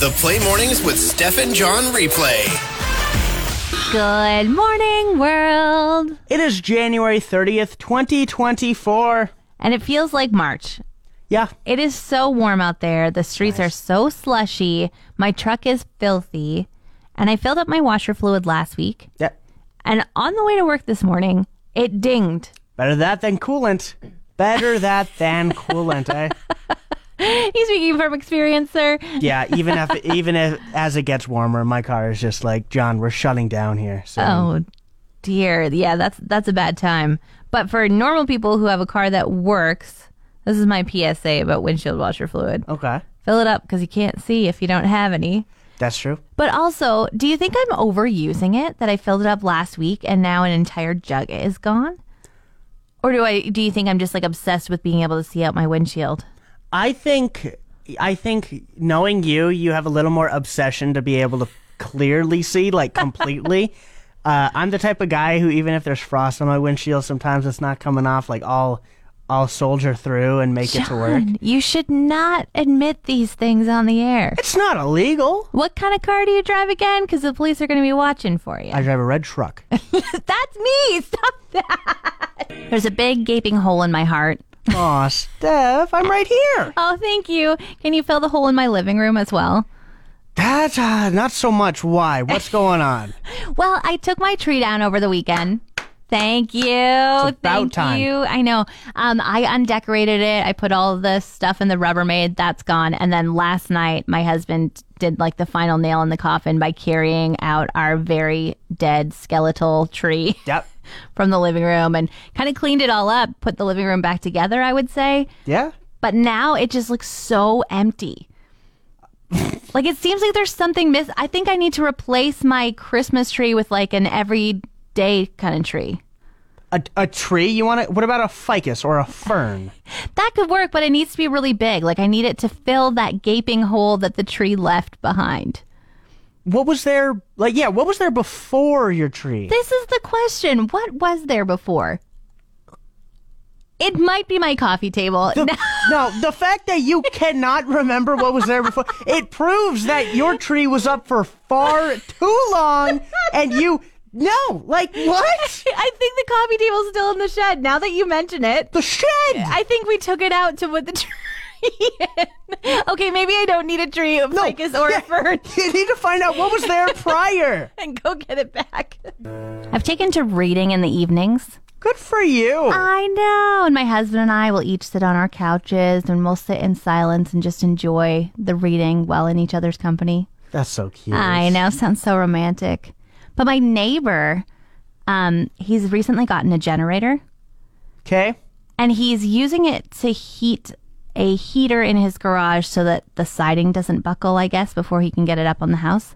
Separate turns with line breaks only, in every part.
The Play Mornings with Steph and John replay.
Good morning, world.
It is January 30th, 2024.
And it feels like March.
Yeah,
It is so warm out there. The streets are so slushy. My truck is filthy. And I filled up my washer fluid last week.
yeah.
And on the way to work this morning, it dinged.
Better that than coolant. Better that than coolant, eh?
You speaking from experience, sir?
Yeah, even if even if as it gets warmer, my car is just like, John, we're shutting down here. So
Oh dear. Yeah, that's that's a bad time. But for normal people who have a car that works, this is my PSA about windshield washer fluid.
Okay.
Fill it up because you can't see if you don't have any.
That's true.
But also, do you think I'm overusing it that I filled it up last week and now an entire jug is gone? Or do I do you think I'm just like obsessed with being able to see out my windshield?
I think I think knowing you, you have a little more obsession to be able to clearly see, like completely. uh, I'm the type of guy who, even if there's frost on my windshield, sometimes it's not coming off. Like I'll I'll soldier through and make it to work.
John, You should not admit these things on the air.
It's not illegal.
What kind of car do you drive again? Because the police are going to be watching for you.
I drive a red truck.
That's me. Stop that. There's a big gaping hole in my heart.
Aw, Steph, I'm right here.
Oh, thank you. Can you fill the hole in my living room as well?
That's uh, not so much why. What's going on?
Well, I took my tree down over the weekend. Thank you. Thank
time.
you. I know. Um, I undecorated it. I put all the stuff in the Rubbermaid. That's gone. And then last night, my husband did like the final nail in the coffin by carrying out our very dead skeletal tree.
Yep.
From the living room and kind of cleaned it all up, put the living room back together, I would say.
Yeah?
but now it just looks so empty. like it seems like there's something miss. I think I need to replace my Christmas tree with like an everyday kind of tree.
A, a tree? You want to? What about a ficus or a fern?
That could work, but it needs to be really big. Like I need it to fill that gaping hole that the tree left behind.
What was there? Like, yeah, what was there before your tree?
This is the question. What was there before? It might be my coffee table.
The- no, the fact that you cannot remember what was there before, it proves that your tree was up for far too long and you. No, like, what?
I think the coffee table's still in the shed. Now that you mention it,
The shed!
I think we took it out to put the tree in. Okay, maybe I don't need a tree of ficus or a fern
You need to find out what was there prior.
and go get it back. I've taken to reading in the evenings.
Good for you.
I know. And my husband and I will each sit on our couches and we'll sit in silence and just enjoy the reading while in each other's company.
That's so cute.
I know, sounds so romantic. But my neighbor, um, he's recently gotten a generator.
Okay?
and he's using it to heat a heater in his garage so that the siding doesn't buckle, I guess, before he can get it up on the house.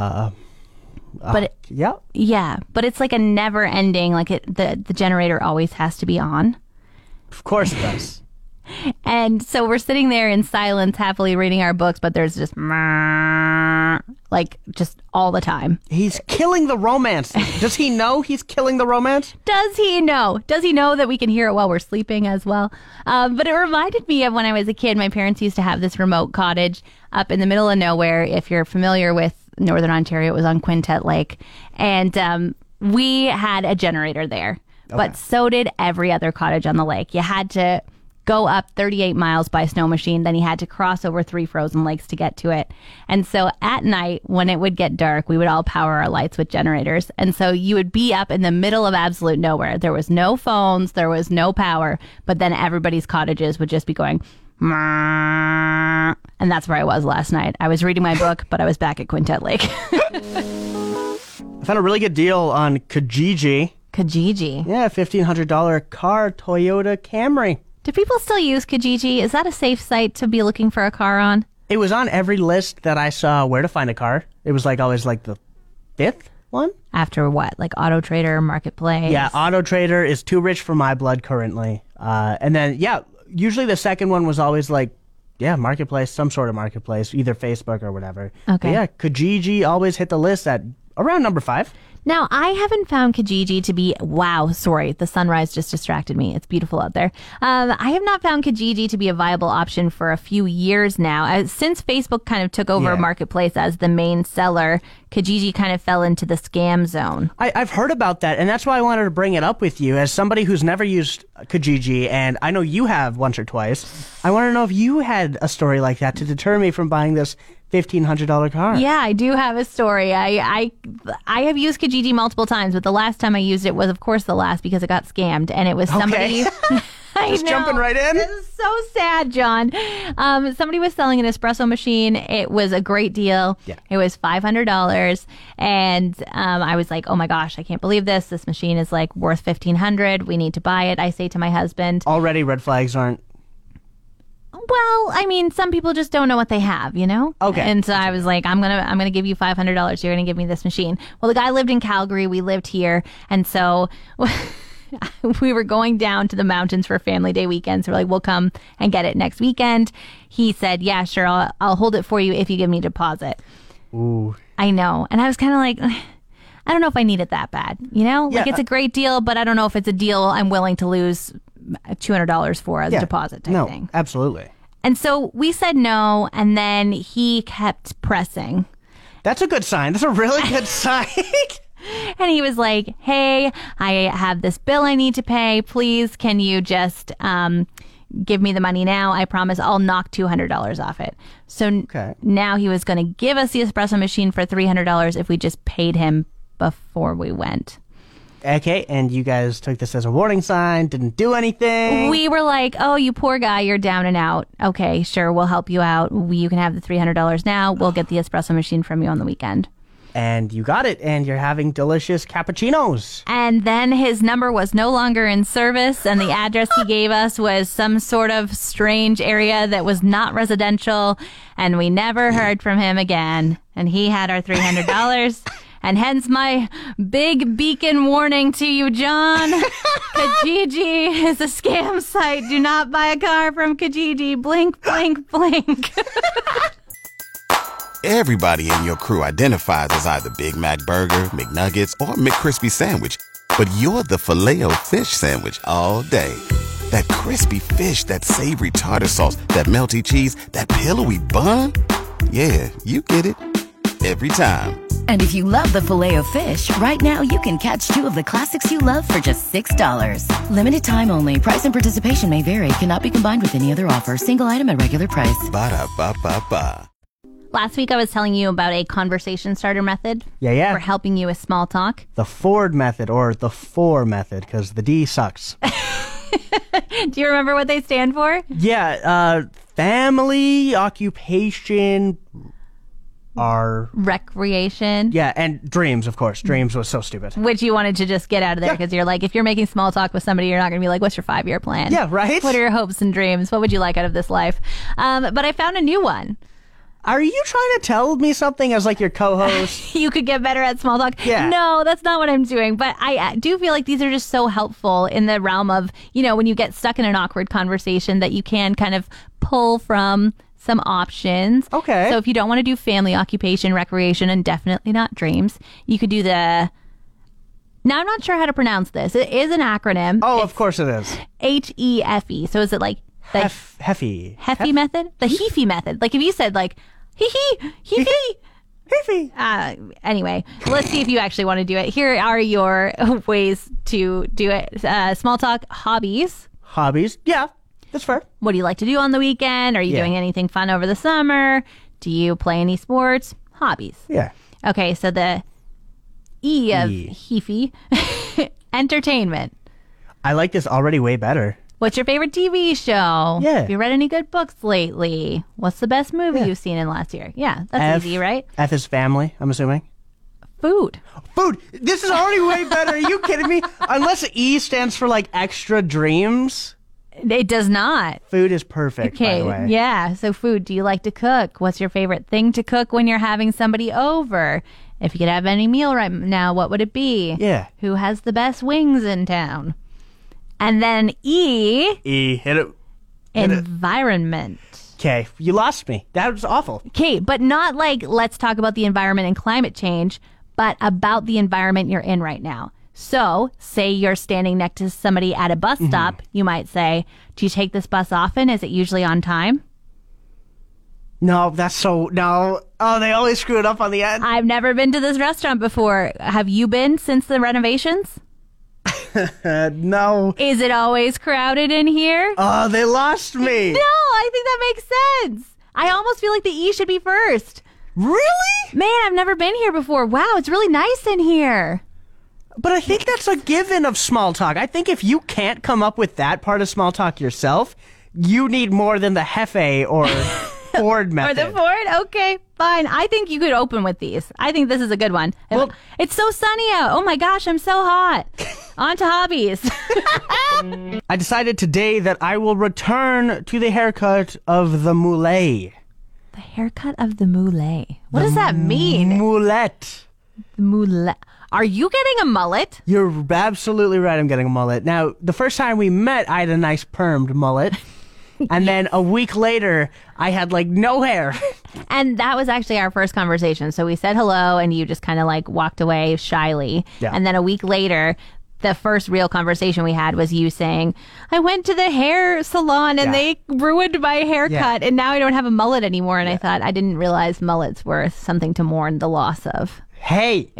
Uh, but it,
Yep.
yeah, but it's like a never ending. Like it, the the generator always has to be on.
Of course it does.
And so we're sitting there in silence, happily reading our books, but there's just like just all the time.
He's killing the romance. Does he know he's killing the romance?
Does he know? Does he know that we can hear it while we're sleeping as well? Um, but it reminded me of when I was a kid. My parents used to have this remote cottage up in the middle of nowhere. If you're familiar with Northern Ontario, it was on Quintet Lake. And um, we had a generator there, but so did every other cottage on the lake. You had to go up 38 miles by snow machine. Then he had to cross over three frozen lakes to get to it. And so at night, when it would get dark, we would all power our lights with generators. And so you would be up in the middle of absolute nowhere. There was no phones, there was no power, but then everybody's cottages would just be going. "Meow." And that's where I was last night. I was reading my book, but I was back at Quintet Lake.
I found a really good deal on Kijiji.
Kijiji.
Yeah, fifteen hundred dollar car Toyota Camry.
Do people still use Kijiji? Is that a safe site to be looking for a car on?
It was on every list that I saw where to find a car. It was like always like the fifth one.
After what? Like Auto Trader, Marketplace?
Yeah, Auto Trader is too rich for my blood currently. Uh, and then yeah, usually the second one was always like yeah, marketplace, some sort of marketplace, either Facebook or whatever. But
Okay.
yeah, Kijiji always hit the list at around number five.
Now, I haven't found Kijiji to be, wow, sorry, the sunrise just distracted me. It's beautiful out there. Um, I have not found Kijiji to be a viable option for a few years now. Uh, since Facebook kind of took over
Yeah.
Marketplace as the main seller, Kijiji kind of fell into the scam zone.
I, I've heard about that, and that's why I wanted to bring it up with you as somebody who's never used Kijiji, and I know you have once or twice. I want to know if you had a story like that to deter me from buying this fifteen hundred dollar car.
Yeah, I do have a story. I, I I have used Kijiji multiple times, but the last time I used it was, of course, the last because it got scammed, and it was somebody. I
Just
know.
jumping right in?
This is so sad, John. Um, somebody was selling an espresso machine. It was a great deal.
Yeah.
It was five hundred dollars, and um, I was like, "Oh my gosh, I can't believe this! This machine is like worth fifteen hundred. We need to buy it." I say to my husband,
Already, red flags aren't.
well, I mean, some people just don't know what they have, you know.
Okay.
And so I was like, I'm gonna, I'm gonna give you five hundred dollars. You're gonna give me this machine. Well, the guy lived in Calgary. We lived here, and so we were going down to the mountains for family day weekend. So we're like, we'll come and get it next weekend. He said, Yeah, sure. I'll, I'll hold it for you if you give me a deposit. Ooh. I know, and I was kind of like. I don't know if I need it that bad, you know. Like
Yeah. uh
it's a great deal, but I don't know if it's a deal I'm willing to lose two hundred dollars for as a deposit type
no,
thing.
absolutely.
And so we said no, and then he kept pressing.
That's a good sign. That's a really good sign.
And he was like, Hey, I have this bill I need to pay. Please, can you just um, give me the money now? I promise I'll knock $200 off it. So n-
Okay.
now he was going to give us the espresso machine for $300 if we just paid him before we went.
okay, and you guys took this as a warning sign. Didn't do anything.
We were like, "Oh, you poor guy, you're down and out." Okay, sure, we'll help you out. We, you can have the three hundred dollars now. We'll get the espresso machine from you on the weekend.
and you got it, and you're having delicious cappuccinos.
And then his number was no longer in service, and the address he gave us was some sort of strange area that was not residential, and we never heard from him again. And he had our $300. And hence my big beacon warning to you, John. Kijiji is a scam site. Do not buy a car from Kijiji. Blink, blink, blink.
Everybody in your crew identifies as either Big Mac Burger, McNuggets, or McCrispy Sandwich. But you're the filet fish Sandwich all day. That crispy fish, that savory tartar sauce, that melty cheese, that pillowy bun. Yeah, you get it. Every time.
And if you love the filet of fish, right now you can catch two of the classics you love for just $6. Limited time only. Price and participation may vary. Cannot be combined with any other offer. Single item at regular price.
Ba-da-ba-ba-ba.
Last week I was telling you about a conversation starter method
Yeah, yeah.
for helping you with small talk.
the Ford method or the four method because the D sucks.
Do you remember what they stand for?
yeah, uh, family, occupation, are
Recreation.
yeah, and dreams, of course. Dreams was so stupid.
Which you wanted to just get out of there because you're like, if you're making small talk with somebody, you're not going to be like, what's your five year plan?
Yeah, right?
What are your hopes and dreams? What would you like out of this life? Um, but I found a new one.
Are you trying to tell me something as like your co-host?
You could get better at small talk.
Yeah.
No, that's not what I'm doing. But I uh, do feel like these are just so helpful in the realm of, you know, when you get stuck in an awkward conversation that you can kind of pull from some options.
Okay.
So if you don't want to do family, occupation, recreation, and definitely not dreams, you could do the. Now I'm not sure how to pronounce this. It is an acronym.
oh, of course it is.
H E F E. So is it like the
Hef, hefy.
Heffy method? The Heafy method. Like if you said like hee hee hee hee.
Hefy.
Uh, anyway, let's see if you actually want to do it. Here are your ways to do it. Uh, small talk, hobbies.
Hobbies. Yeah, that's fair.
What do you like to do on the weekend? Are you
Yeah.
doing anything fun over the summer? Do you play any sports? Hobbies.
Yeah.
Okay, so the E of
E.
Heafy, entertainment.
I like this already way better.
What's your favorite TV show?
Yeah.
Have you read any good books lately? What's the best movie you've seen in the last year? Yeah, that's
F-
easy, right?
F is family. I'm assuming.
Food.
Food. This is already way better. Are you kidding me? Unless E stands for like extra dreams.
It does not.
Food is perfect, by
Okay.
the way.
Yeah. So, food. Do you like to cook? What's your favorite thing to cook when you're having somebody over? If you could have any meal right now, what would it be?
Yeah.
Who has the best wings in town? And then E,
E, hit it.
environment.
Okay, you lost me. That was awful.
Okay, but not like let's talk about the environment and climate change, but about the environment you're in right now. So, say you're standing next to somebody at a bus
Mm-hmm.
stop, you might say, Do you take this bus often? Is it usually on time?
No, that's so. No. Oh, they always screw it up on the end.
I've never been to this restaurant before. Have you been since the renovations?
No.
Is it always crowded in here?
Oh, they lost me.
No, I think that makes sense. I almost feel like the E should be first.
Really?
Man, I've never been here before. Wow, it's really nice in here.
But I think that's a given of small talk. I think if you can't come up with that part of small talk yourself, you need more than the Hefe or Ford
Or
method.
the Ford? Okay, fine. I think you could open with these. I think this is a good one. it's so sunny out. Oh my gosh, I'm so hot. On to hobbies.
I decided today that I will return to the haircut of the moulet.
the haircut of the moulet. What does that mean?
Mullet.
The moulet. Are you getting a mullet?
You're absolutely right. I'm getting a mullet. Now, the first time we met, I had a nice permed mullet. And then a week later, I had like no hair.
And that was actually our first conversation. So we said hello, and you just kind of like walked away shyly.
Yeah.
And then a week later, the first real conversation we had was you saying, I went to the hair salon and
Yeah.
they ruined my haircut, and now I don't have a mullet anymore. And I thought, I didn't realize mullets were something to mourn the loss of.
Hey,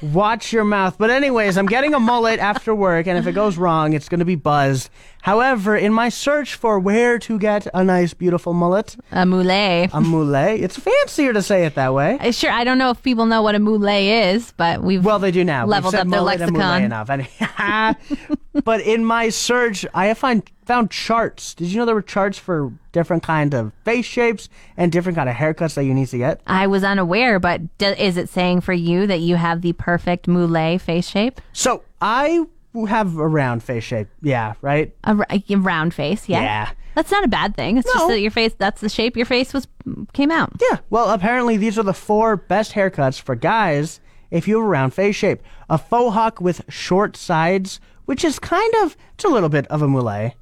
watch your mouth. But, anyways, I'm getting a mullet after work, and if it goes wrong, it's going to be buzzed. However, in my search for where to get a nice, beautiful mullet,
A moulet.
a moulet, it's fancier to say it that way.
Uh, Sure, I don't know if people know what a moulet is, but we've.
Well, they do now. We've
Leveled
said
up their
mullet and moulet
lexicon.
enough. And- but in my search, I have find, found charts. Did you know there were charts for different kind of face shapes and different kind of haircuts that you need to get?
I was unaware, but d- is it saying for you that you have the perfect moulet face shape?
So I have a round face shape. Yeah, right.
A, r- a round face, yeah.
Yeah.
That's not a bad thing. It's just
No.
that your face, that's the shape your face was came out.
Yeah. Well, apparently these are the four best haircuts for guys if you have a round face shape. A faux hawk with short sides, which is kind of it's a little bit of a moulet.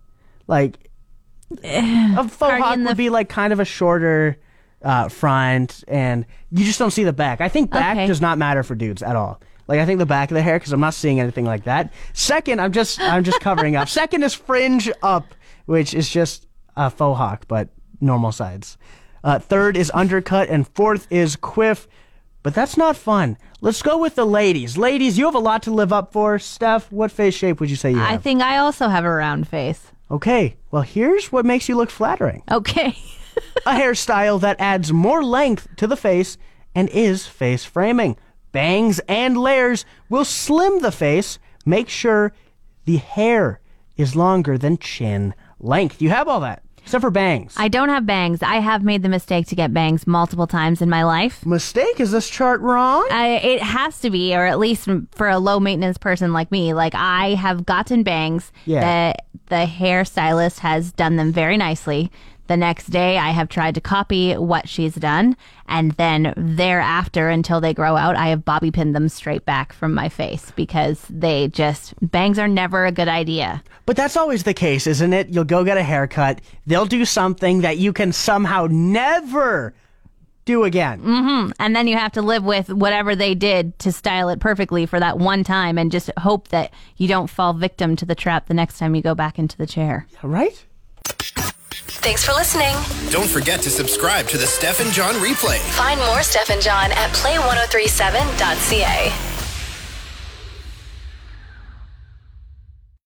Like a faux
you
hawk
in Eh, the-
would be like kind of a shorter uh, front, and you just don't see the back. I think back
Okay.
does not matter for dudes at all. Like I think the back of the hair because I'm not seeing anything like that. Second, I'm just I'm just covering up. Second is fringe up, which is just a faux hawk but normal sides. Uh, third is undercut, and fourth is quiff. But that's not fun. Let's go with the ladies. Ladies, you have a lot to live up for. Steph, what face shape would you say you
I
have?
think I also have a round face.
okay, well here's what makes you look flattering.
Okay.
a hairstyle that adds more length to the face and is face framing. Bangs and layers will slim the face. Make sure the hair is longer than chin length. You have all that, except for bangs.
I don't have bangs. I have made the mistake to get bangs multiple times in my life.
Mistake? Is this chart wrong?
I, it has to be, or at least m- for a low maintenance person like me. Like I have gotten bangs.
Yeah.
that The hairstylist has done them very nicely. The next day, I have tried to copy what she's done, and then thereafter, until they grow out, I have bobby pinned them straight back from my face because they just bangs are never a good idea.
But that's always the case, isn't it? You'll go get a haircut, they'll do something that you can somehow never do again.
And then you have to live with whatever they did to style it perfectly for that one time, and just hope that you don't fall victim to the trap the next time you go back into the chair.
Right?
Thanks for listening.
Don't forget to subscribe to the Steph and John replay.
Find more Steph and John at play1037.ca.